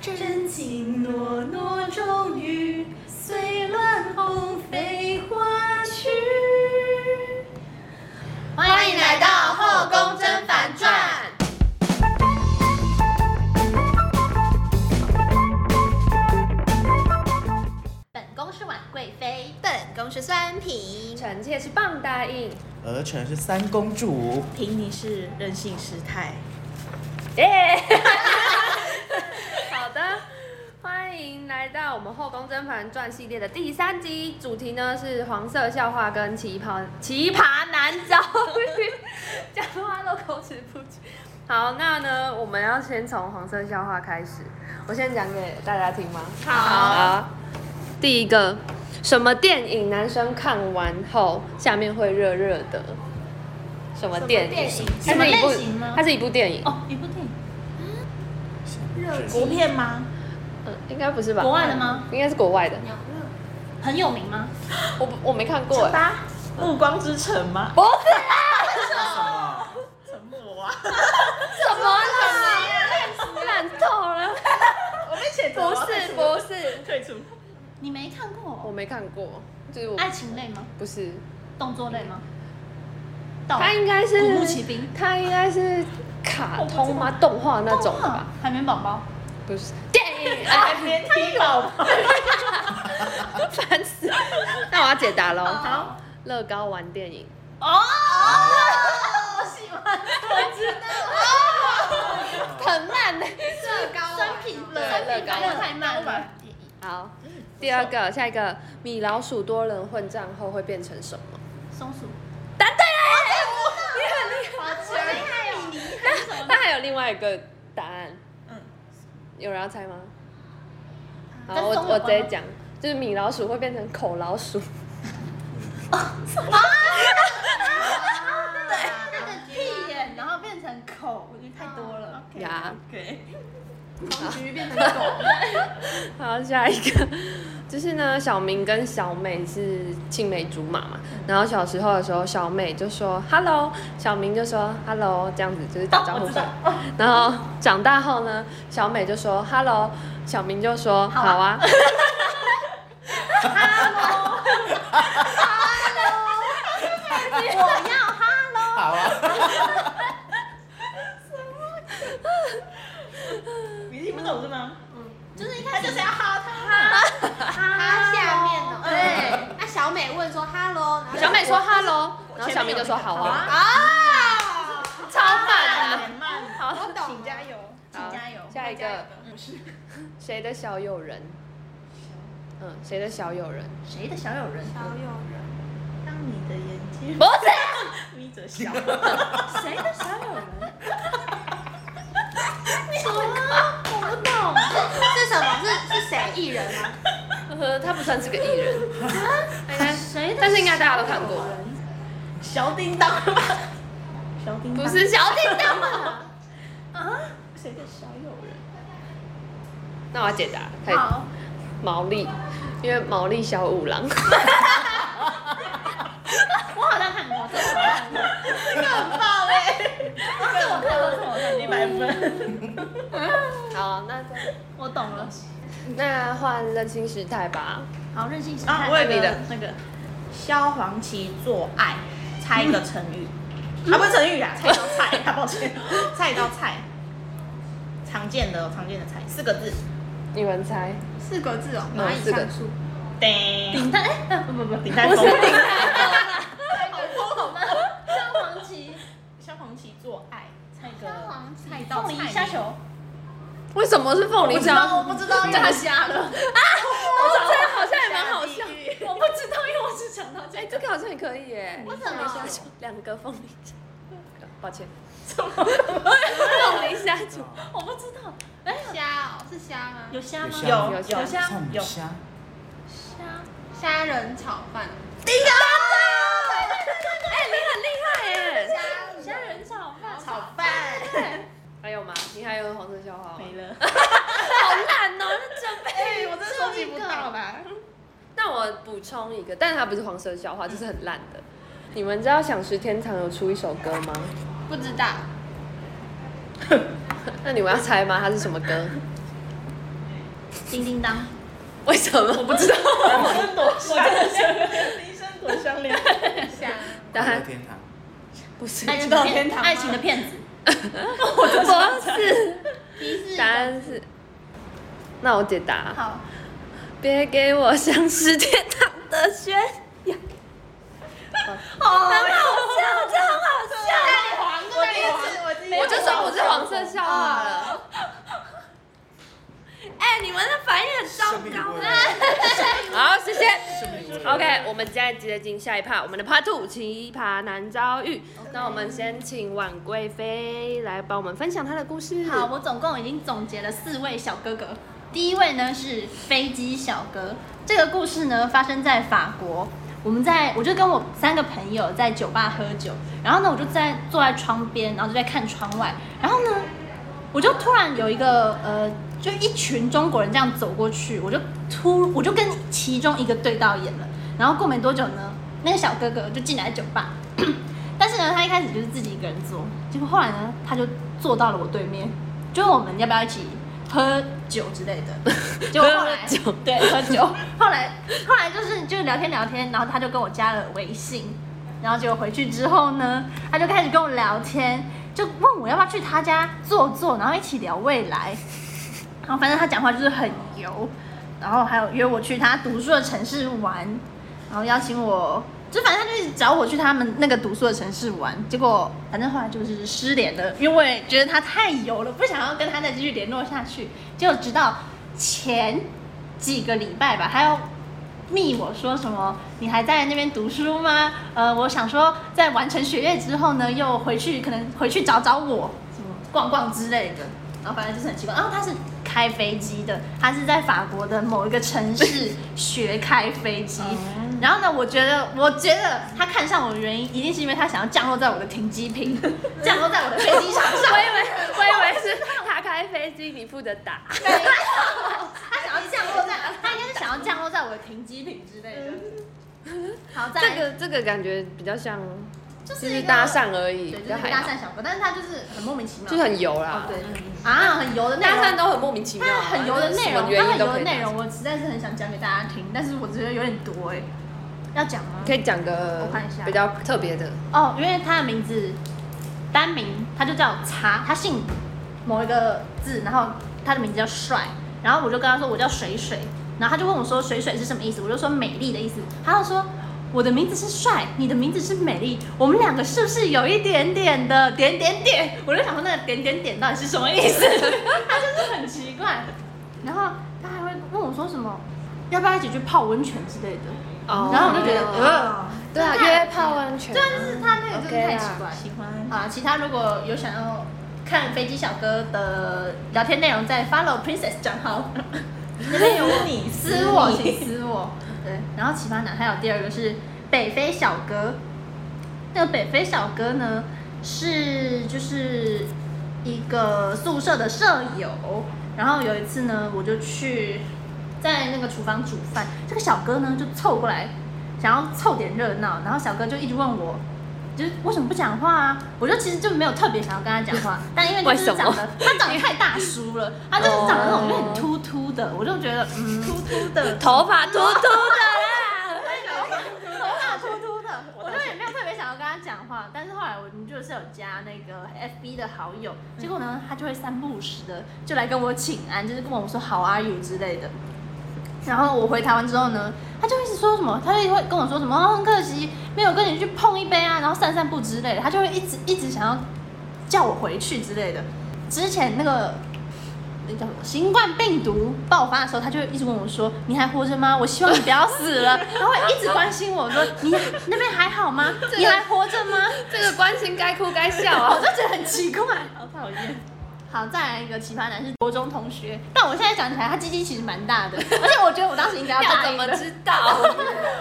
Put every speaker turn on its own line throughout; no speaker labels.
真情诺诺终于随乱红飞花去。
欢迎来到《后宫甄嬛传》。
本宫是婉贵妃，
本宫是酸平，
臣妾是棒答应。
鹅城是三公主，
平你是任性失态，
耶！ 好的，欢迎来到我们《后宫甄嬛传》系列的第三集，主题呢是黄色笑话跟奇葩奇葩男遭遇， 讲话都口齿不清。好，那呢，我们要先从黄色笑话开始，我先讲给大家听吗？
好
第一个，什么电影男生看完后下面会热热的？什么电影？它
什么
是一
类
部
型呢，？
它是一部电影，
哦，一部电影，
热
情
国片吗？
呃，应该不是吧？
国外的吗？
应该是国外的，
很有名吗？
我不我没看过欸。
八《暮光之城》吗？
不是
什么啊？
什么啦，烂透了，
我被谴责
不
了，
是不是，
退出。
你没看
我
过？
没看过，就是我
爱情类吗？
不是，
动作类吗？
哦
到
它应该是
古墓奇兵
它应该是卡通吗？动画那种吧？
啊海绵宝宝，
不是 电影，
海
哎，
绵体宝宝，
烦死了！那我要解答喽。好，乐高玩电影，
哦，我喜欢，我知
很慢的。
欸
乐高啊
酸品
对
酸品
乐高
反应太慢了。
好，第二个，下一个，米老鼠多人混战后会变成什么？
松鼠，
答对了。
好厉害哦！你
那那还有另外一个答案，
嗯
有人要猜吗？
嗯
好，
跟
我
松有
我
关吗
直接讲，就是米老鼠会变成口老鼠，
那个屁眼，然后变成口，我觉得太多
哦
了。
呀
，OK，
从橘变成狗，
好，下一个。就是呢，小明跟小美是青梅竹马嘛，然后小时候的时候，小美就说 “hello”，小明就说 “hello”，这样子就是打招
我
呼
知。道。
然后长大后呢，小美就说 “hello”，小明就说“
好啊
好啊”，
我要哈喽。
好啊，
你听不懂嗯是吗？
就是一开始就是要哈他，哈
它下面哦，
对，
对，那小美问说 “hello”，然后
啊小美说 “hello”，然后小明就说“好啊
啊，”，
超慢啊！
很慢，
好
我懂
请
了
加油。
好
请加油。
下一个
不是，
谁的小友人？嗯，谁的小友人？
谁的小友人？
小友人，
当你的眼睛
不是，
眯着笑，
谁的小友人？什么？ 我不懂。
是什么？是是谁艺人吗？
呃，他不算是个艺人，应该
哎谁的？
但是应该大家都看过，
小叮当吧？小叮当
不是小叮当。
啊？
谁的小友人？
那我要解答，太
好，
毛利，因为毛利小五郎，
我好像看过，这个我欸看过，
很棒哎，
这个我看过，这个我看过，
一百分。
好，那 再
我懂了。
那换任性时态吧，
好，任性时
啊，
态。
我有
也
你
你
的
的
那个萧煌奇做爱，猜一个成语，啊，不是成语 啊，菜刀菜，啊，抱歉，菜刀菜，常见的哦常见的菜，四个字，
你们猜？
四个字哦，
嗯
蚂蚁
四个
上树，
叮，
顶泰，哎，不不 不，
鼎泰丰，
好吗？萧煌奇，
萧煌奇做爱，猜一个
萧煌奇
菜刀，凤梨虾球，
为什么是凤梨
知道，
酱？
我不知 道，因为
炸
我
虾了啊！我觉得好像也蛮好笑。
我不知道，因为我只想到这
哎，这个好像也可以耶。
为什么？
两个凤梨酱，抱歉，
什么
凤梨虾球。
我不知道。
虾哦，是虾吗？
有虾吗？
有
有
有
虾
虾有
虾，
虾。
虾仁炒饭，
哎，你很厉害耶！
虾
虾仁炒饭，
炒饭，
还有吗？你还有黄色笑话吗？
没 了，
好烂哦，那准备。
哎，我真的收集不到
哎
啦，
那我补充一个，但它不是黄色笑话，就是很烂的。你们知道享食天堂有出一首歌吗？
不知道，
那你们要猜吗？它是什么歌？
叮叮当，
为什么？我不知道。
我真躲香莲，笛声 躲香莲，
香，
答
快乐
案
天堂，
不是，
爱情
知道
的
天
骗，
堂吗
爱情的骗子，
不是，
提示
答案是。那我解答，
好，
别给我像是天堂的宣言，
哦，
很好笑，这很好笑。
黄
我第一次，我第一次，
我就说我是黄色笑话了。哎，你们的反应很
生命
糟
味
糕。啊好，谢谢。OK，我们现在接着进下一趴，我们的 Part Two 奇葩男遭遇。那我们先请婉贵妃来帮我们分享她的故事。
好，我总共已经总结了四位小哥哥。第一位呢是飞机小哥，这个故事呢发生在法国。我们在我就跟我三个朋友在酒吧喝酒，然后呢我就在坐在窗边，然后就在看窗外，然后呢我就突然有一个呃，就一群中国人这样走过去，我就突我就跟其中一个对到眼了，然后过没多久呢，那个小哥哥就进来酒吧， 但是呢，他一开始就是自己一个人坐，结果后来呢，他就坐到了我对面，就问我们要不要一起喝酒之类的。 结果后来，
喝酒
对，喝酒。后来，后来就是就聊天聊天，然后他就跟我加了微信，然后结果回去之后呢，他就开始跟我聊天，就问我要不要去他家坐坐，然后一起聊未来。然后反正他讲话就是很油，然后还有约我去他读书的城市玩，然后邀请我，就反正他就一直找我去他们那个读书的城市玩。结果反正后来就是失联了，因为我也觉得他太油了，不想要跟他再继续联络下去。结果直到前几个礼拜吧，他要密我说什么？你还在那边读书吗？呃，我想说，在完成学业之后呢，又回去可能回去找找我，什么逛逛之类的。然后反正就是很奇怪。然后他是开飞机的，他是在法国的某一个城市学开飞机。然后呢，我觉得，我觉得他看上我的原因，一定是因为他想要降落在我的停机坪，降落在我的飞机场
我以
上。
为我以为是她开飞机，你负责打。
他想要降落在，他应该是想要降落在我的停机坪之类的。好，再来
这个这个感觉比较像，
就是
就
一
是
个
搭讪而已，
对，
比
就
较
是一个
还
搭
好，
讪小哥，但是他就是很莫名其妙，
就是很油啦
哦。对，啊，很油的内
搭
容
讪，都很莫名其妙
他
啊，
很油的内
什
容，
么
他
原
很
因都
油
可
的
以
内
搭讪。
容，我实在是很想讲给大家听，但是我觉得有点多哎，要讲吗？
可以讲个
我看一下
比较特别的，
哦，因为他的名字单名，他就叫茶，他姓某一个字，然后他的名字叫帅，然后我就跟他说我叫水水，然后他就问我说水水是什么意思，我就说美丽的意思，他就说我的名字是帅，你的名字是美丽，我们两个是不是有一点点的点点点？我就想说那个点点点到底是什么意思，他就是很奇怪，然后他还会问我说什么，要不要一起去泡温泉之类的，
哦
然后我就觉得呃。
对啊，
那
约泡温泉啊，
对啊，就是他那个真的
OK
太
啦
奇怪。
喜欢
啊，其他如果有想要看飞机小哥的聊天内容，在 follow Princess 账号
没有你
私我，请私我。对，然后奇葩男还有第二个是北非小哥，那个北非小哥呢是就是一个宿舍的舍友，然后有一次呢我就去在那个厨房煮饭，这个小哥呢就凑过来想要凑点热闹，然后小哥就一直问我。就是为什么不讲话啊？我就其实就没有特别想要跟他讲话，但因为就是
为什
长
么
得他长得太大叔了，他就是长得那种有点秃秃的，我就觉得嗯，
秃秃的，
头发秃秃的啦。
头发秃秃的， 我就也没有特别想要跟他讲话，但是后来我们就是有加那个 FB 的好友，结果呢，他就会三不五时的就来跟我请安，就是跟我说 How are you 之类的。然后我回台湾之后呢，他就一直说什么，他就会跟我说什么，哦，很可惜没有跟你去碰一杯啊，然后散散步之类的，他就会一直一直想要叫我回去之类的。之前那个那叫什么新冠病毒爆发的时候，他就一直问我说：“你还活着吗？我希望你不要死了。” 他会一直关心我说：“你那边还好吗？你还活着吗
这个关心该哭该笑？”
我
啊
就！觉得很奇怪。
好讨厌。
好，再来一个奇葩男是国中同学，但我现在想起来，他鸡鸡其实蛮大的，而且我觉得我当时应该 要
要
答
怎
应
么
的，
知道？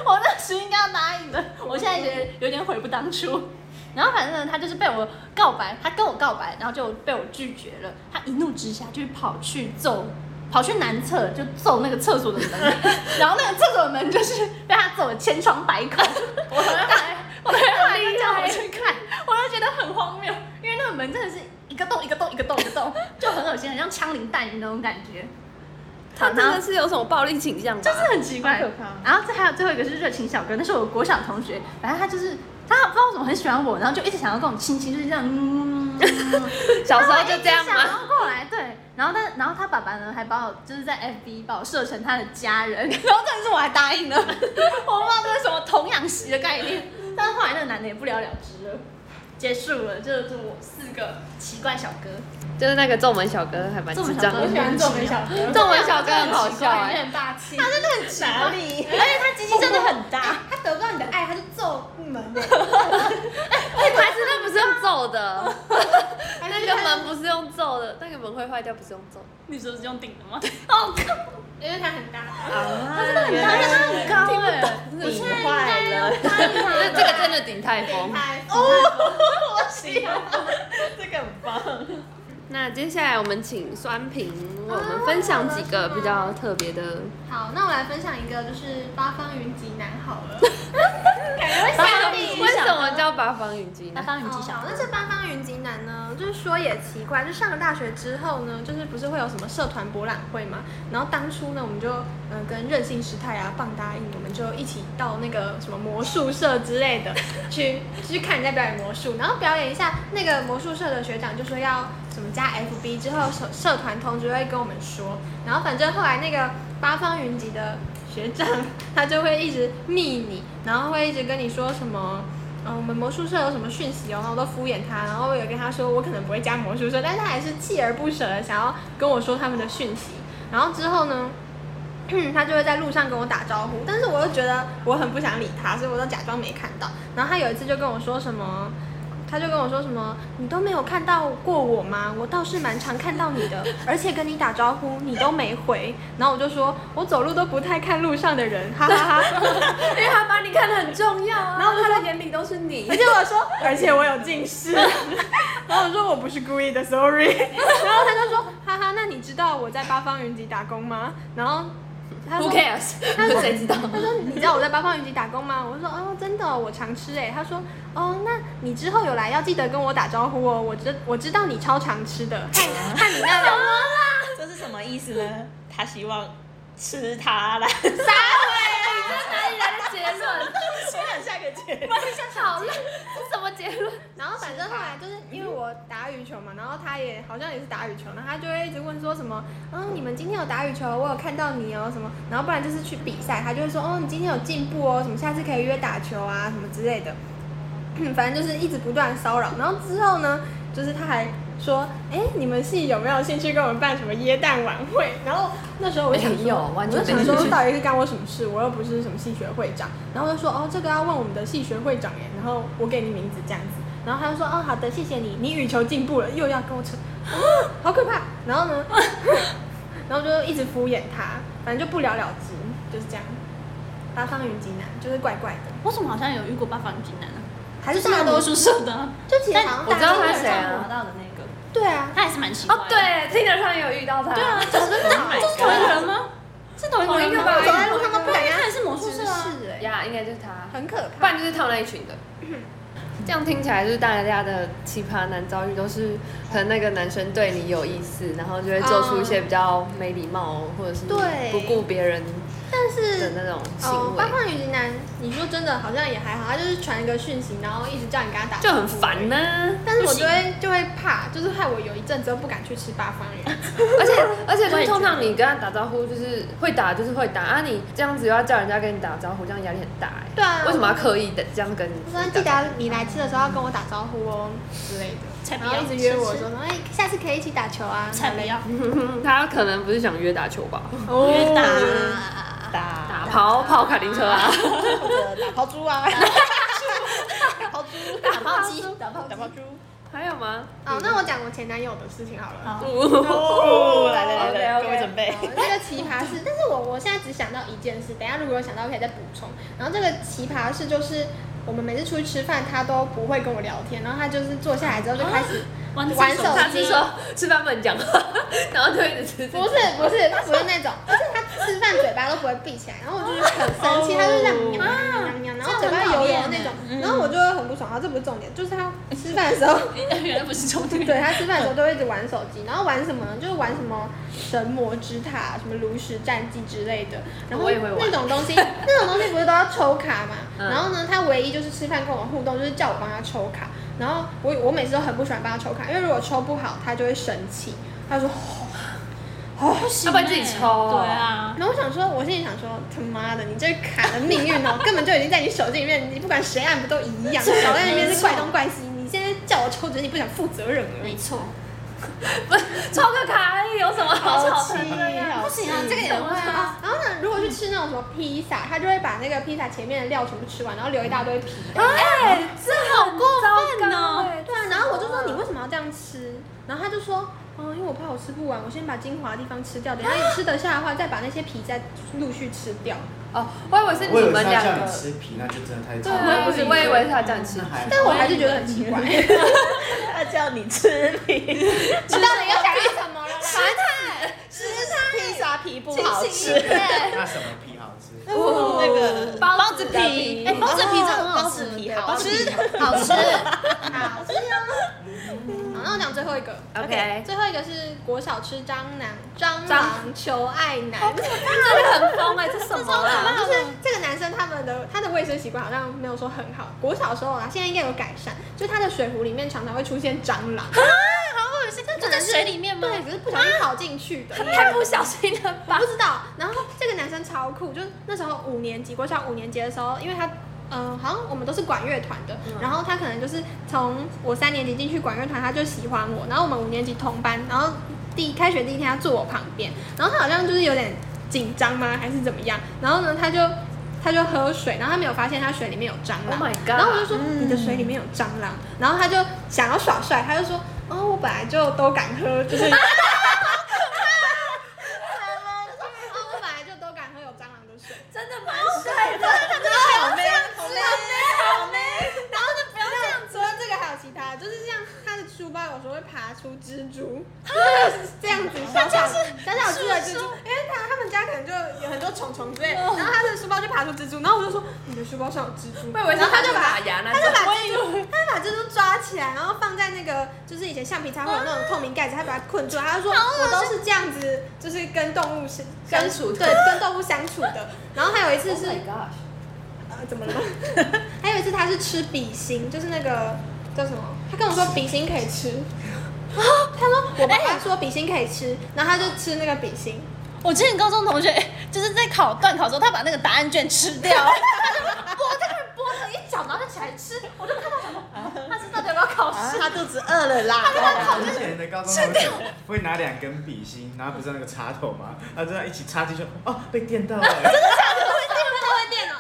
我当时应该要答应的，我现在觉得有点悔不当初。然后反正呢，他就是被我告白，他跟我告白，然后就被我拒绝了。他一怒之下就跑去揍，跑去男厕就揍那个厕所的门， 然后那个厕所的门就是被他揍得千疮百孔。我后来， 我后来就叫我去看，我就觉得很荒谬，因为那个门真的是一个洞一个洞一个洞一个洞，就很恶心，很像枪林弹雨那种感觉。
他真的是有什么暴力倾向吧？
就是很奇怪
好可怕
然后再还有最后一个是热情小哥，那是我国小同学，反正他就是他不知道为什么很喜欢我，然后就一直想要跟我亲亲，就是这样。嗯
小时候就这样
然后一直想
吗？
要过来，对。然后他，然后他爸爸呢，还把我就是在 FB 把我设成他的家人， 然后但是我还答应了， 我不知道这是什么童养媳的概念。但是后来那个男的也不了了之了，结束了，就是我四个奇怪小哥。
就是那个皱眉小哥还蛮智障
皱
的
眉
我喜，欢皱眉小哥，
皱眉小哥很好 笑
有
哎、
点霸气。
他真的很奇
哪
怪，
里？
而且他鸡鸡真的很大，
他得到你的爱，他就揍你们。
哎，台词那不是用皱 的，
那
那个门不是用皱的，那个门会坏掉，不是用皱。
你说是用顶的吗？哦靠，
因为他很大，
啊
他真的很大，而且他很高
欸
哎、我现在应该要翻他
这这个真的顶泰丰。
太哦，我喜欢，这个很棒。
那接下来我们请酸平为我们分享几个比较特别的，
好，那我来分享一个，就是八方云集南好了，感
哎
觉会
八
吓
为
你。
什么叫八方云集
他
呢？
帮你
哦
记小
好
哥
那。这八方云集南呢，就是说也奇怪，就上了大学之后呢，就是不是会有什么社团博览会嘛？然后当初呢，我们就嗯、呃跟任性时态啊、棒答应，我们就一起到那个什么魔术社之类 的去去看人家表演魔术，然后表演一下。那个魔术社的学长就说要什么加 FB 之后，社社团通知会跟我们说。然后反正后来那个八方云集的学长，他就会一直密你，然后会一直跟你说什么。嗯，我们魔术社有什么讯息哦？然后我都敷衍他，然后我有跟他说我可能不会加魔术社，但是他还是锲而不舍的想要跟我说他们的讯息。然后之后呢，嗯他就会在路上跟我打招呼，但是我又觉得我很不想理他，所以我都假装没看到。然后他有一次就跟我说什么，他就跟我说什么，你都没有看到过我吗？我倒是蛮常看到你的，而且跟你打招呼你都没回。然后我就说我走路都不太看路上的人，哈哈哈。
因为他把啊你看得很重要 啊，
然后我就说
他的眼里都是你
而。且我说，而且我有近 视。然后我说我不是故意的，sorry。然后他就说，哈哈，那你知道我在八方云集打工吗？然后他
Who
说，
cares？谁知 道？
他说你知道我在八方云集打工吗？我说哦，真的哦、我常吃哎。他说哦，那你之后有来要记得跟我打招呼哦，我知我知道你超常吃的。
看你那两个，这是什么意思呢？他希望吃他啦，
哪里来的结 论？
先很下个结论。
好烂，是什么结论？
然后反正后来就是因为我打羽球嘛，然后他也好像也是打羽球，然后他就会一直问说什么，嗯，你们今天有打羽球，我有看到你哦什么，然后不然就是去比赛，他就会说，哦，你今天有进步哦，什么下次可以约打球啊什么之类的， 反正就是一直不断骚扰。然后之后呢，就是他还说，哎，你们系有没有兴趣跟我们办什么耶诞晚会？然后那时候我就想说
没哎有完全
我就想
没兴趣
说到底是干我什么事？我又不是什么系学会长。然后我就说，哦，这个要问我们的系学会长耶。然后我给你名字这样子。然后他就说，哦，好的，谢谢你，你羽球进步了，又要跟我扯， 啊好可怕。然后呢，然后就一直敷衍他，反正就不了了之，就是这样。八方云集南就是怪怪的，
我怎么好像有遇过八方济南呢？
还是
大
大
多
多
数
数，
社的啊，
就其实
但
好像
我知道
大
他
家
是谁啊
滑到的那个，
对啊，
他也是蛮奇怪。
哦，，对，Tinder 上也有遇到他。
对啊，
早知道
这是同一个人吗？哦啊是同一个人吗？
走在路上都不
不
敢
然
跟
他
他
也是魔术社啊。
是哎，
呀，应该就是他，
很可
不
怕。
然就是他们那一群的。
嗯
这样听起来就是大家的奇葩男遭遇都是和那个男生对你有意思，然后就会做出一些比较没礼貌或者是
对
不顾别人
但是
的那种
哦
行，为
八，方云集男，你说真的好像也还好，他就是传一个讯息，然后一直叫你跟他打，
就很。烦呢、
但是我就会就会怕，就是害我有一阵子都不敢去吃八方云。
而且而且
我
就
也觉得
通常你跟他打招呼就是会打就是会打啊，你这样子又要叫人家跟你打招呼，这样压力很大哎、
对啊
为什么要刻意的这样跟你
我
打
说
招呼？
记得你来吃的时候要跟我打招呼哦之类的，
才不
然
要
后一直约我说，哎，下次可以一起打球啊。
才不要
嗯他可能不是想约打球吧？
约打
打
打跑跑卡丁车啊，
或者打抛猪啊，打抛猪，
打炮机，打炮
打抛猪。
还有吗？
哦，那我讲我前男友的事情好了。
好
哦，来来来来，
OK，OK
各位准备
哦。那个奇葩事，但是我我现在只想到一件事，等一下如果有想到可以再补充。然后这个奇葩事就是，我们每次出去吃饭，他都不会跟我聊天，然后他就是坐下来之后就开 始
玩
玩
手
手
他
机
是说吃饭不能讲话，然后就一直吃。
不是不是，他不是那种，而且他吃饭嘴巴都不会闭起来，然后我就是很生气，他就这样喵喵喵喵，然后嘴巴油油那种，然后我就会很不爽。然后这不是重点，就是他吃饭的时候，
原来不是 重
对他吃饭的时候都会一直玩手机，然后玩什么呢？就是玩什么神魔之塔、什么炉石战记之类的。然后
我也会玩
那种东西，那种东西不是都要抽卡嘛？
嗯
然后呢，他唯一就是吃饭跟我互动，就是叫我帮他抽卡。然后我我每次都很不喜欢帮他抽卡，因为如果抽不好，他就会生气，他 就说。哦，哦
要不然自己抽哦
对啊，
然后我想说，我心里想说，他妈的，你这卡的命运哦，根本就已经在你手机里面，你不管谁按不都一 样，手在那边是怪东怪西，你现在叫我抽，只是你不想负责任而已。
没错。
不是抽个卡而已，有什么好吵的呀？
不行啊，
这个也会啊。然后呢，如果去吃那种什么披萨，他就会把那个披萨前面的料全部吃完，然后留一大堆皮。
哎，
这好过
糟
分
糕
哦！
哎
对啊，然后我就说你为什么要这样吃？然后他就说，嗯，因为我怕我吃不完，我先把精华的地方吃掉，等一下你吃得下的话，再把那些皮再陆续吃掉。
哦，我以为是
我以
你
为
们
他
两
叫你
个，
吃皮，那就真的太
对
吵
啊，
了。
不是，我以为是他叫你 吃
那。还好
但我还是觉得很奇 怪，
他叫你吃皮，
你到底要讲到什么了啦？
吃披萨皮不好
清醒一
吃，
点，
那什么皮好吃？
哦那 个
包子
皮
哎，包子皮真的很
包
好
子
吃，
皮
对
好
包子皮
吃，
好吃，
好吃哦。好，那我讲最后一个。
OK
最后一个是国小吃蟑螂，蟑
蟑
螂求爱男。
真的很疯哎，这什么啦？
就是这个男生他们的他的卫生习惯好像没有说很好，国小的时候啊，现在应该有改善。就是他的水壶里面常常会出现蟑螂，
啊好恶心，就在水里面吗？啊
对，可是不小心跑进去的。
太不小心了
我
吧
不？知道。然后这个男生超酷，就是那时候五年级，国小五年级的时候，因为他。嗯，好像我们都是管乐团的，
嗯
然后他可能就是从我三年级进去管乐团，他就喜欢我，然后我们五年级同班，然后第开学第一天他坐我旁边，然后他好像就是有点紧张吗，还是怎么样？然后呢，他就他就喝水，然后他没有发现他水里面有蟑螂
Oh my god
然后我就说、你的水里面有蟑螂，然后他就想要耍帅，他就说哦，我本来就都敢喝， 就是哦啊，我本来就都敢喝有蟑螂的水，
真的蛮帅的，
好 man，好 man，好 man。
不要这样。除了这个还有其他，就是像他的书包有时候会爬出蜘蛛，就是这样子小小小小只的蜘蛛，因为他他们家可能就有很多虫虫之类，然后他的书包就爬出蜘蛛，然后我就说你的书包上有蜘蛛，
我以为是
然后他就把
打牙那
他就
种。
把蜘蛛，他就把蜘蛛抓起来，然后放在那个就是以前橡皮擦会有那种透明盖子，他把它困住。他就说我都是这样子，就是跟动物是跟
相处的
对，跟动物相处的。然后还有一次是
Oh my gosh
呃，怎么 了？还有一次他是吃比心，就是那个叫什么？他跟我说比心可以吃。啊！他说我爸爸说比心可以吃，然后他就吃那个比心。
我之前高中同学哎就是在考段考的时候，他把那个答案卷吃 掉，剥在那儿剥了一角，然后就起来吃，我就看到想说，啊他是到底有没有考
啊
试？
他肚子饿了啦，
我之前的高中同学会拿两根笔芯，然后不是那个插头吗？他就这样一起插进去，哦，被电到了，
会电哦，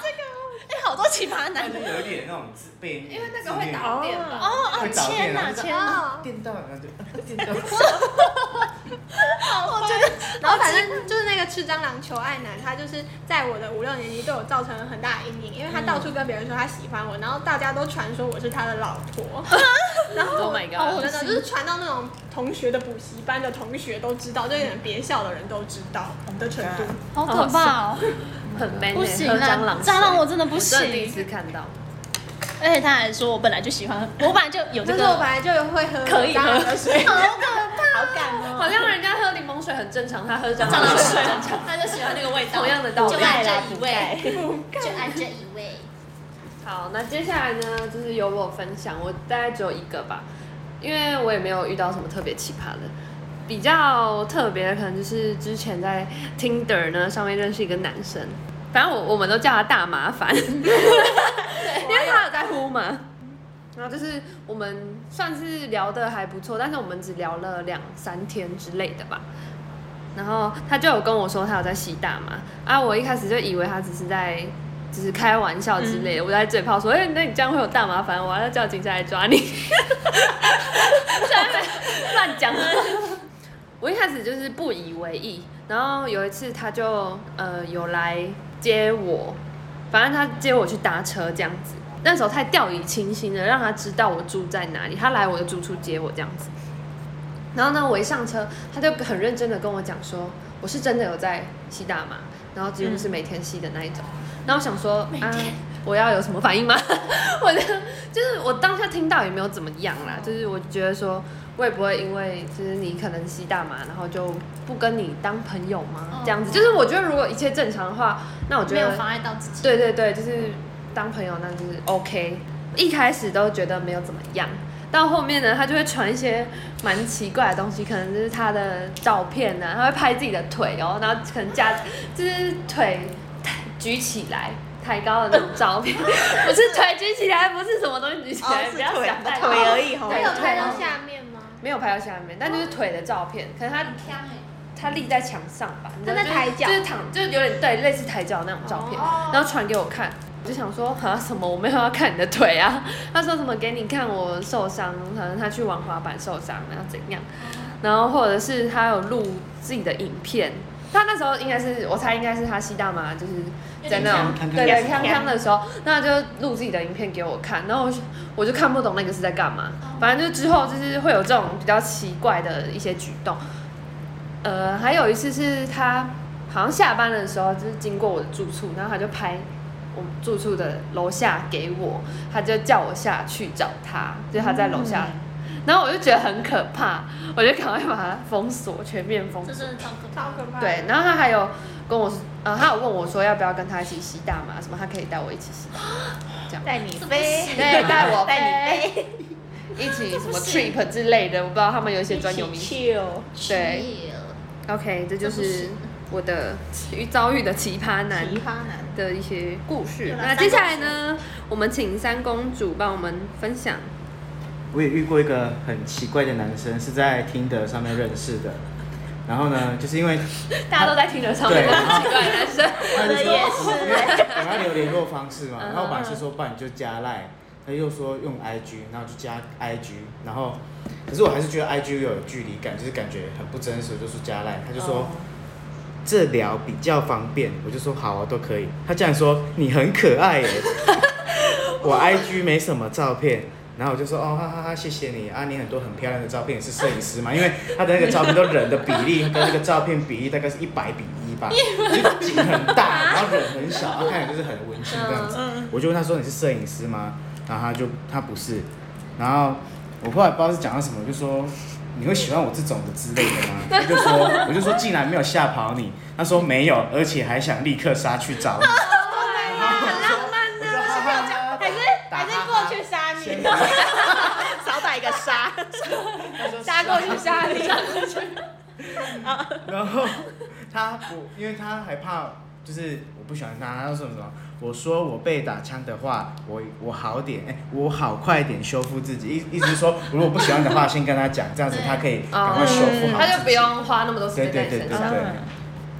哎，好多奇葩
他
男
就有一点那种自被，
因为那个会导
哎
电吧？
哦哦，
会导
天
电
哪
啊
天哪！
电到，然后就啊电到，
我觉得
然后反正就是那个吃蟑螂求爱男，他就是在我的五六年级对我造成了很大的阴影，因为他到处跟别人说他喜欢我，然后大家都传说我是他的老婆，然后
Oh my god
哦真的就是传到那种同学的补习班的同学都知道，就有点别校的人都知道的程度。
好可怕哦，
很 man，欸
不行
喝蟑
啦
螂，水，
蟑螂我真的不
我真的第一
行。
次看到。
而且他还说我本来就喜欢，我本来就有这
就是我本
个，
来就会喝
可以喝
蟑螂的水，
好感哦。
好像人家喝柠檬水很正常，他喝蟑
蟑螂
螂
水
水很正常。，
他就喜欢那个味道，
同样的道理
就爱这一位，
不
就爱这一位。
好，那接下来呢，就是由我分享，我大概只有一个吧，因为我也没有遇到什么特别奇葩的。比较特别的可能就是之前在 Tinder 呢上面认识一个男生，反正我我们都叫他大麻烦，因为他有在呼嘛。然后就是我们算是聊得还不错，但是我们只聊了两三天之类的吧。然后他就有跟我说他有在吸大麻啊，我一开始就以为他只是在就是开玩笑之类的，我在嘴炮说，哎、那你这样会有大麻烦，我要叫警察来抓你， 在那边乱讲。啊我一开始就是不以为意，然后有一次他就呃有来接我，反正他接我去搭车这样子。那时候太掉以轻心了，让他知道我住在哪里，他来我的住处接我这样子。然后呢，我一上车，他就很认真的跟我讲说：“我是真的有在吸大麻，然后几乎是每天吸的那一种。然后我想说啊，我要有什么反应吗？ 我的就是我当下听到也没有怎么样啦，就是我觉得说。我也不会因为就是你可能吸大麻，然后就不跟你当朋友吗？这样子，就是我觉得如果一切正常的话，那我觉
哦没有
得
妨碍到自己。
对对对，就是当朋友那就是 OK。一开始都觉得没有怎么样，到后面呢，他就会传一些蛮奇怪的东西，可能就是他的照片呢、啊，他会拍自己的腿哦，然后可能架就是腿举起来。抬高的那种照 片，不是腿举起来，不是什么东西举 起来，
哦，是
不要
腿
想太多
腿而已吼。
他
对
有
对
拍到下面吗？
没有拍到下面，但就是腿的照
哦
片，可能他
香哎，
他立在墙上吧，你知道
欸他在
就是
抬脚哦
就是躺，就是有点对类似抬脚那种照片，然后传给我看，我就想说啊什么我没有要看你的腿啊，他说什么给你看我受伤，可能他去玩滑板受伤，然后怎样，然后或者是他有录自己的影片，他那时候应该是我猜应该是他吸大麻就是。在那种
有点像
对对
看看
康康的时候，那就录自己的影片给我看，然后我就我就看不懂那个是在干嘛。
哦
反正就之后就是会有这种比较奇怪的一些举动。呃，还有一次是他好像下班的时候，就是经过我的住处，然后他就拍我们住处的楼下给我，他就叫我下去找他，就是他在楼下，然后我就觉得很可怕，我就赶快把他封锁，全面封锁
这。真的超可怕。
超可怕。
对，，然后他还有跟我，呃，他有问我说要不要跟他一起吸大麻，什么他可以带我一起吸，
带你
飞
对，带我
带你
飞，一起什么 trip 之类的，我不知道他们有一些专有名词。
秀，
对
Chill
OK，这就
这不
是
行
我的遇遭遇的奇葩男
奇葩男，
的一些故事
对。啦
那接下来呢，我们请三公主帮我们分享。
我也遇过一个很奇怪的男生，是在听的上面认识的。然后呢，就是因为
大家都在听得上面，
对
都是奇怪的男生。
他就
的
说
也
我要留联络方式嘛，
嗯
然后我本来是说，不然你就加赖，他又说用 IG，然后就加 IG，然后可是我还是觉得 IG 有距离感，就是感觉很不真实，我就说加赖，他就说。这聊比较方便，我就说好啊，都可以。他竟然说你很可爱耶，我 IG 没什么照片，然后我就说哦哈哈哈，谢谢你啊，你很多很漂亮的照片，你是摄影师嘛？因为他的那个照片都人的比例跟那个照片比例大概是一百比一吧，就景很大，然后人很小，然后看起来就是很文青这样子。我就问他说你是摄影师吗？然后他就他不是，然后我后来不知道是讲到什么，我就说你会喜欢我这种的之类的吗？他就说我就说竟然没有吓跑你，他说没有，而且还想立刻杀去找你。很浪漫呢，
还是还是过去杀你， 少打一个杀，杀过去杀你，
然后他不，因为他还怕，就是我不喜欢他，他说什么什么，我说我被打枪的话，我我好点，哎、我好快点修复自己，一一直说，如果不喜欢的话，先跟他讲，这样子他可以赶快修复好
嗯他
自己。
就不用花那么多时
对
间在
对
你
对对
身
对。
上。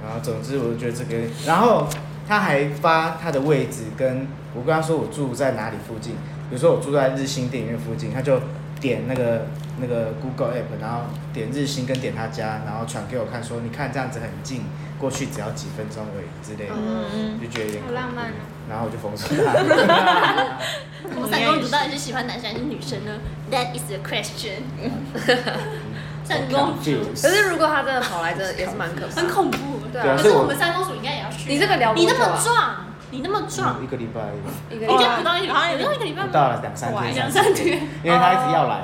然后总之我就觉得这个，然后他还发他的位置跟我跟他说我住在哪里附近，比如说我住在日新电影院附近，他就点那个那个 Google App，然后点日新跟点他家，然后传给我看说你看这样子很近，过去只要几分钟而已之类的，
嗯，
就觉得有点
好浪漫哦。
然后我就封锁他。
我们三公主到底是喜欢男生还是女生呢？That is the question。三公主
可是如果他真的跑来，真的也是蛮可怕
很
的。
恐怖。
对
对
啊
啊
可
所以
是
我
我们三公主应该也要去。
你这个聊
你那
多久啊
么壮，你那么壮，
嗯一个礼拜
一个
嗯你
礼
就
拜
不到一个，不到一个礼拜
不
吗
到了两三天，
两三天，
因为他一直要来，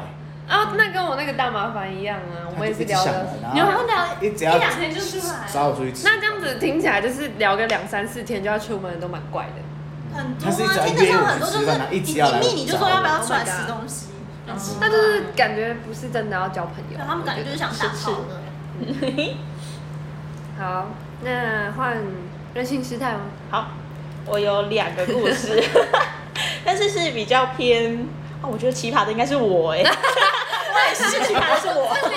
啊，那跟我那个大麻烦一样啊，我们也是聊
哦
的。
你们会聊
一直
一
要
两天就出来。
找我出去吃。
那这样子听起来就是聊个两三四天就要出门，都蛮怪的。
很多
他是一直
啊，
在
听得
约
上
我
很多
吃
就是
饭他一直
你
要来
一密你就说要不要出来
找我
吃东西，很
嗯
奇
那
怪
就是感觉不是真的要交朋友，
他们感觉就是想打炮的。
好，那换任性师态吗？
好，我有两个故 事，但是是比较偏。哦，我觉得奇葩的应该是我哎、 我也是奇葩的是 我，
奇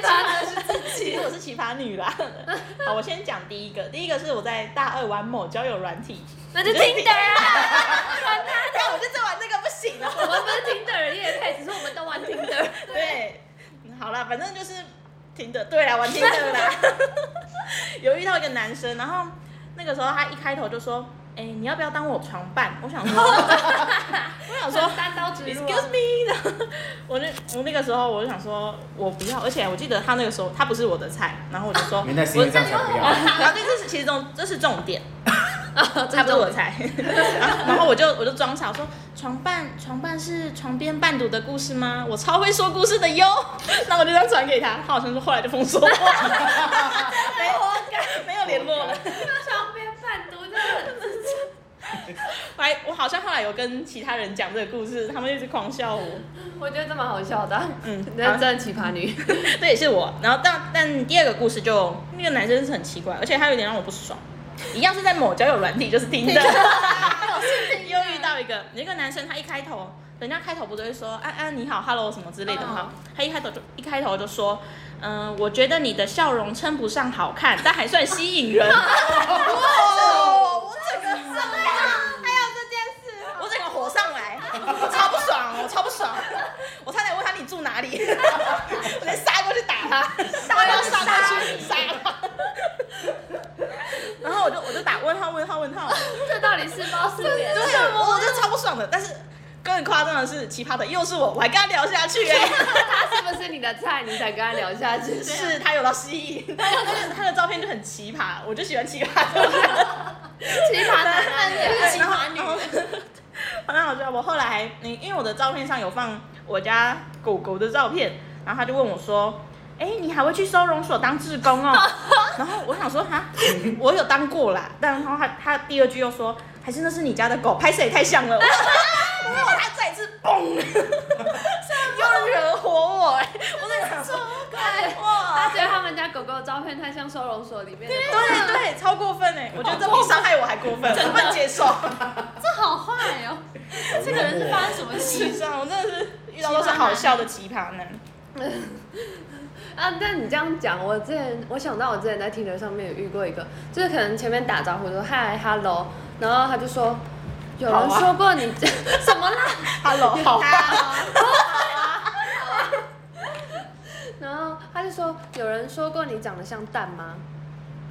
葩的
其实我是奇葩女啦。好，我先讲第一个，第一个是我在大二玩某交友软体，
那 就 Tinder 啊，
但我就在玩这个不行了。
我们不是 Tinder 夜配，只是我们都玩 Tinder。
对，嗯好啦，反正就是听的，对啦，玩听的啦。有遇到一个男生，然后那个时候他一开头就说：“哎、你要不要当我床伴？”我想说，我想说
单刀直入啊。
Excuse me，然后我那我那个时候我就想说，我不要，而且我记得他那个时候他不是我的菜，然后我就说，
没耐心这
我
样才不要。
然后这是其实重这是重 点，哦他不是我的菜，然后 然后我就我就装傻我说床伴床伴是床边伴读的故事吗？我超会说故事的哟， 然后我就这样传给他，他好像说后来就封锁我， 没有没有联络了，
床边贩毒真的很
我还我好像后来有跟其他人讲这个故事，他们一直狂笑我。
我觉得这蛮好笑的啊。
嗯
你在真奇葩女。
这也是我。然后但但第二个故事就那个男生是很奇怪，而且他有点让我不爽。一样是在某交友软体，就是听的， 又遇到一个那个男生，他一开头，人家开头不都会说啊啊你好，hello 什么之类的
嗯
吗？他一开头就一开头就说，嗯、我觉得你的笑容称不上好看，但还算吸引人。
哦，
我整个火上 来，超不爽，我超不爽，我差点问他你住哪里， 我直接杀过去打他，杀过去杀过去杀他。然后我就我就打问号问号问号，
这到底是猫是脸？
对，啊我就超不爽的。但是更夸张的是，奇葩的又是我，我还跟他聊下去、哎，
他是不是你的菜？你才跟他聊下去。
是他有到吸引， 他有他的他的照片就很奇葩，我就喜欢奇葩的。
奇葩男 啊你
然后然后很 好笑。我后来还，你因为我的照片上有放我家狗狗的照片，然后他就问我说：“哎、你还会去收容所当志工哦？” 然后我想说：“哈，我有当过啦。”但然后他他第二句又说：“还是那是你家的狗，拍摄也太像了。”我 我他再一次嘣， 又惹火我哎、我在想说
对
哇
他。觉得他们家狗狗的照片太像收容所里面的狗，
对对，超过分
哦
哎、我觉得这比伤害我还过分，我不能接受。
这好坏哦，这个人是发生什么事？
以上我真的是遇到都是好笑的奇葩男。
啊，但你这样讲，我之前我想到我之前在听的上面有遇过一个，就是可能前面打招呼说嗨 hello，然后他就说有人
好啊
说过你什么啦，
Hello，好
然后他就说有人说过你长得像蛋吗？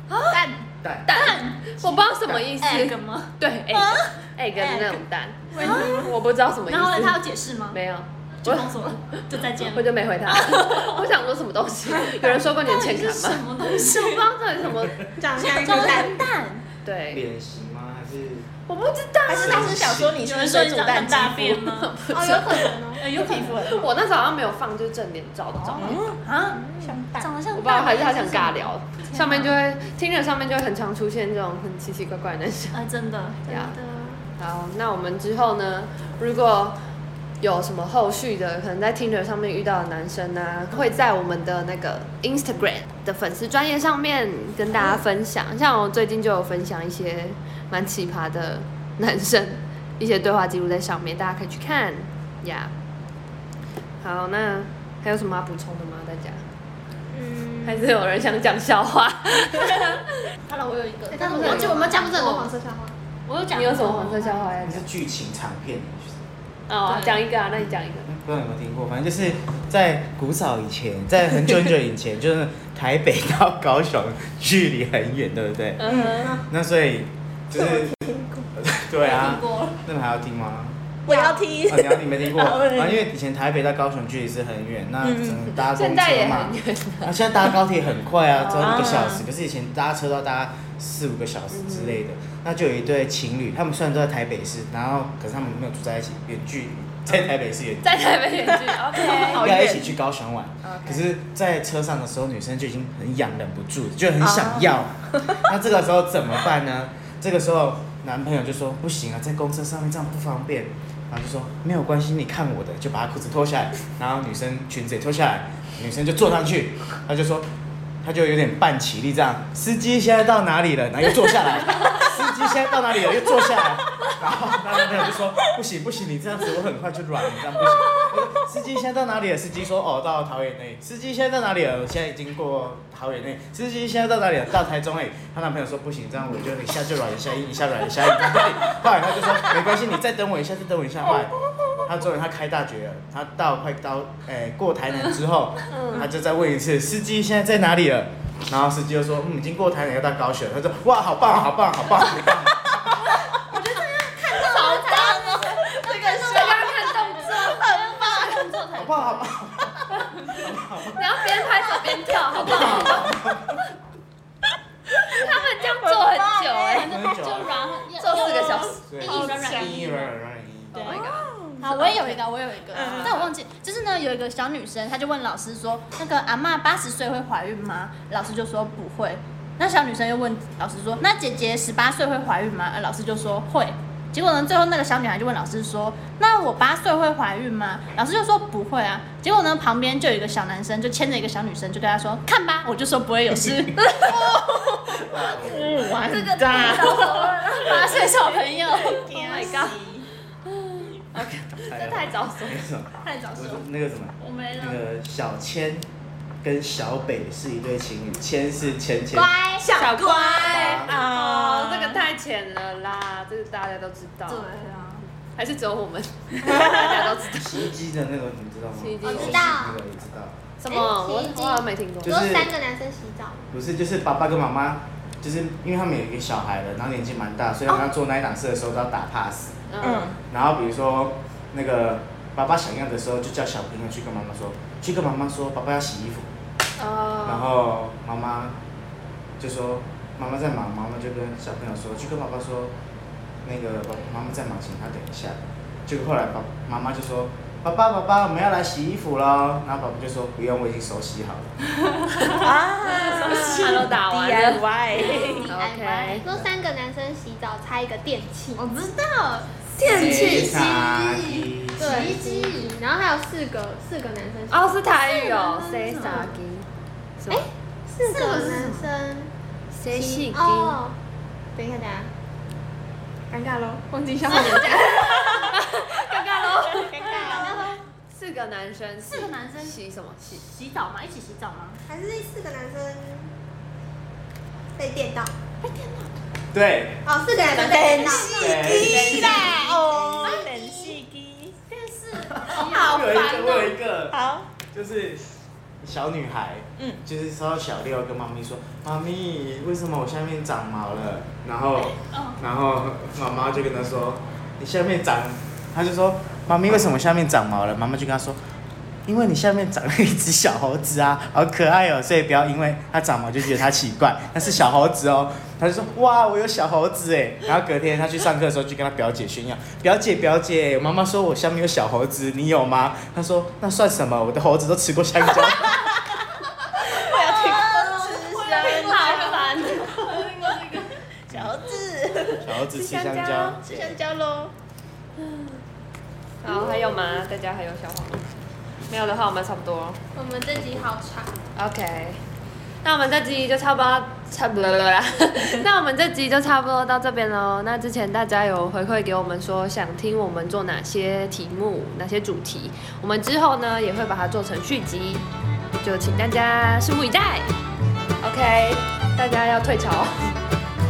但
蛋
蛋，我不知道什么意思，
egg 啊吗？
对 egg egg 的那种蛋，我不知道什么意思，
然后呢，他有解释吗？
没有，
就封
我
锁了，就再见
我
了。
就没回 他，我想说什么东西，有人说过你的欠
这是
砍
什
吗？
么东西
我？不知道到底什么，
长相
中文蛋，
对，
脸型吗？还是
我不知道，
还是当时想说你是
有
不
人
是
说
水
你
煮
长
蛋
得大
肌
便
肤？
吗？
哦，有可能哦。
呃，有可
皮肤
能
很
我那时候好像没有放，就是正脸照的照片。
嗯
啊，
像蛋，
长得像
我不知道，
蛋，
还是他想尬
啊，
聊，
哪
上面就会听着上面就会很常出现这种很奇奇怪怪的事。
真的，
真
呀
的，
好，那我们之后呢，如果有什么后续的，可能在听着上面遇到的男生呢、会在我们的那个 Instagram 的粉丝专业上面跟大家分享。像我最近就有分享一些蛮奇葩的男生一些对话记录在上面，大家可以去看呀。好，那还有什么要补充的吗？大家
嗯，
还是有人想讲笑话？哦
好了，我有一个
哎，但
但是
是
我
我
觉得我们讲不
这
是
个黄
我，
色笑话，
我有讲，
你有什么黄色笑？话要
那哎
讲？
是剧情长片，就是
哦，
对
讲一个啊，那你讲一个。
不知道有没有听过，反正就是在古早以前，在很久很久以前，就是台北到高雄距离很远，对不对？
嗯哼，
那所以就是对啊，
哦
那你还要听吗？
我要踢
啊，。你要你没听过，
好
啊，因为以前台北到高雄距离是很远，那只能搭公
现在也
车嘛
很。远。
那啊现在搭高铁很快啊，只要一个小时
啊，
可是以前搭车都要搭四五个小时之类的。那就有一对情侣，他们虽然都在台北市，然后可是他们没有住在一起，远距离在台北市远距离。
在台北远距，OK。
好
要一
远
起去高雄玩
OK
可是，在车上的时候，女生就已经很痒，忍不住，就很想要。那这个时候怎么办呢？这个时候，男朋友就说：“不行啊，在公车上面这样不方便。”然后就说：“没有关系，你看我的。”就把她裤子脱下来，然后女生裙子也脱下来，女生就坐上去。他就说：“他就有点半起立这样。”司机现在到哪里了？然后又坐下来。 司机现在到哪里了？又坐下来。然后他男朋友就说：“不行不行，你这样子我很快就软了，你这样不行。”司机现在到哪里了？司机说哦，到桃园内。司机现在到哪里了？我现在已经过桃园内。司机现在到哪里了？到台中内。她男朋友说不行，这样我就一下就软一下硬，一下软一下硬。 后来她就说没关系，你再等我一下，再等我一下。后来她终于她开大绝了，她到快到哎、过台南之后，她就再问一次司机现在在哪里了。然后司机就说嗯，已经过台南要到高雄。她说哇，好棒，好棒，好棒。
好棒哦，这个
不好？
你要边拍手边跳，好不好？他们这样做很久
欸
哎、
很久
就软要
做四个小时。
对
硬硬软软
硬硬软软硬。
对
Oh my god！
好，我也有一
哦
个，我也有一个
嗯，
但我忘记，就是呢，有一个小女生，她就问老师说，那个阿嬷八十岁会怀孕吗？老师就说不会。那小女生又问老师说，那姐姐十八岁会怀孕吗？呃老师就说会。结果呢，最后那个小女孩就问老师说，那我八岁会怀孕吗？老师就说不会啊。结果呢，旁边就有一个小男生就牵着一个小女生，就对她说，看吧，我就说不会 有事。
嗯，完
这个
蛋。
哦
八岁小朋友，
Oh
啊
my god！
这
太早熟了
没什么，
太早
我
熟
说，那个什么，
我没
那
了。
个小千跟小北是一对情侣，千是千千，
乖，
小乖
哦
啊，，
这个太浅了啦，这个大家都知道，
啊。
还是只有我们大家都知道？
洗衣机的那个你知道吗？
洗衣机
手洗
我知
道
那个你知道？
什么？我
洗衣机
我好像没听过
就。
都
是
三个男生洗澡，
不是，就是爸爸跟妈妈，就是因为他们有一个小孩了，然后年纪蛮大，所以他们要做那一档事的时候都要打 pass。
嗯
嗯，，
然后比如说那个爸爸想要的时候，就叫小朋友去跟妈妈说，去跟妈妈说爸爸要洗衣服，然
哦，
后妈妈就说妈妈在忙，妈妈就跟小朋友说，去跟爸爸说那个爸妈妈在忙，请他等一下。结果后来爸妈妈就说。爸爸，爸爸，我们要来洗衣服喽。然后爸爸就说不用，我已经手洗好了。
啊，
他都嗯打完了。
DIY，
OK，
都哎三个男生洗澡猜一个电器，
我知道，
电器
洗茶机
对，
洗衣机
然后还有四个四个男生洗
哦
澡，
是台语哦
是
，say
啊
啥鸡？哎，
四个
是
男生洗
say 戏鸡？
哦，等一下，等一下。尴尬喽，忘记笑人家。
尴尬喽。
尴尬喽，
四个男生，
四个男生
洗什么洗？
洗澡吗？一起洗澡吗？
还是四个男生被电到？
对，
哦，四个男生被电 到。
对
啦，哦，冷气机，
电视，
我有一个，我有一个，
好，
就是小女孩，
嗯，
就是稍小六跟妈咪说，妈咪，为什么我下面长毛了？然后，然后妈妈就跟她说，你下面长，她就说，妈咪，为什么下面长毛了？妈妈就跟她说。因为你下面长了一只小猴子啊，好可爱哦，所以不要因为它长毛就觉得它奇怪，它是小猴子哦。 她就说哇，我有小猴子哎。然后隔天她去上课的时候，就跟她表姐炫耀，表姐表姐，妈妈说我下面有小猴子，你有吗？她说那算什么，我的猴子都吃过香 蕉。
我要听
真麻烦。
小智，
小猴子吃香
香
蕉，
吃香蕉喽。
好，还有吗？大家还有小黄吗？ 没有的话，我们差不多。
我们这集好长，
OK，那我们这集就差不多，差不多了 啦。那我们这集就差不多到这边喽。那之前大家有回馈给我们说想听我们做哪些题目、哪些主题，我们之后呢也会把它做成续集，就请大家拭目以待。OK，大家要退潮，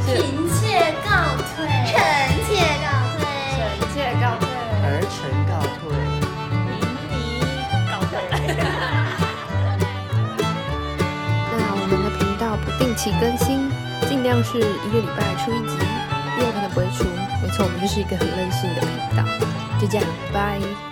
是
嫔妾告
臣
退，
妾告退。
臣妾告退。
儿臣告退。
那我们的频道不定期更新，尽量是一个礼拜出一集，也有可能不会出。没错，我们就是一个很任性的频道。就这样，拜。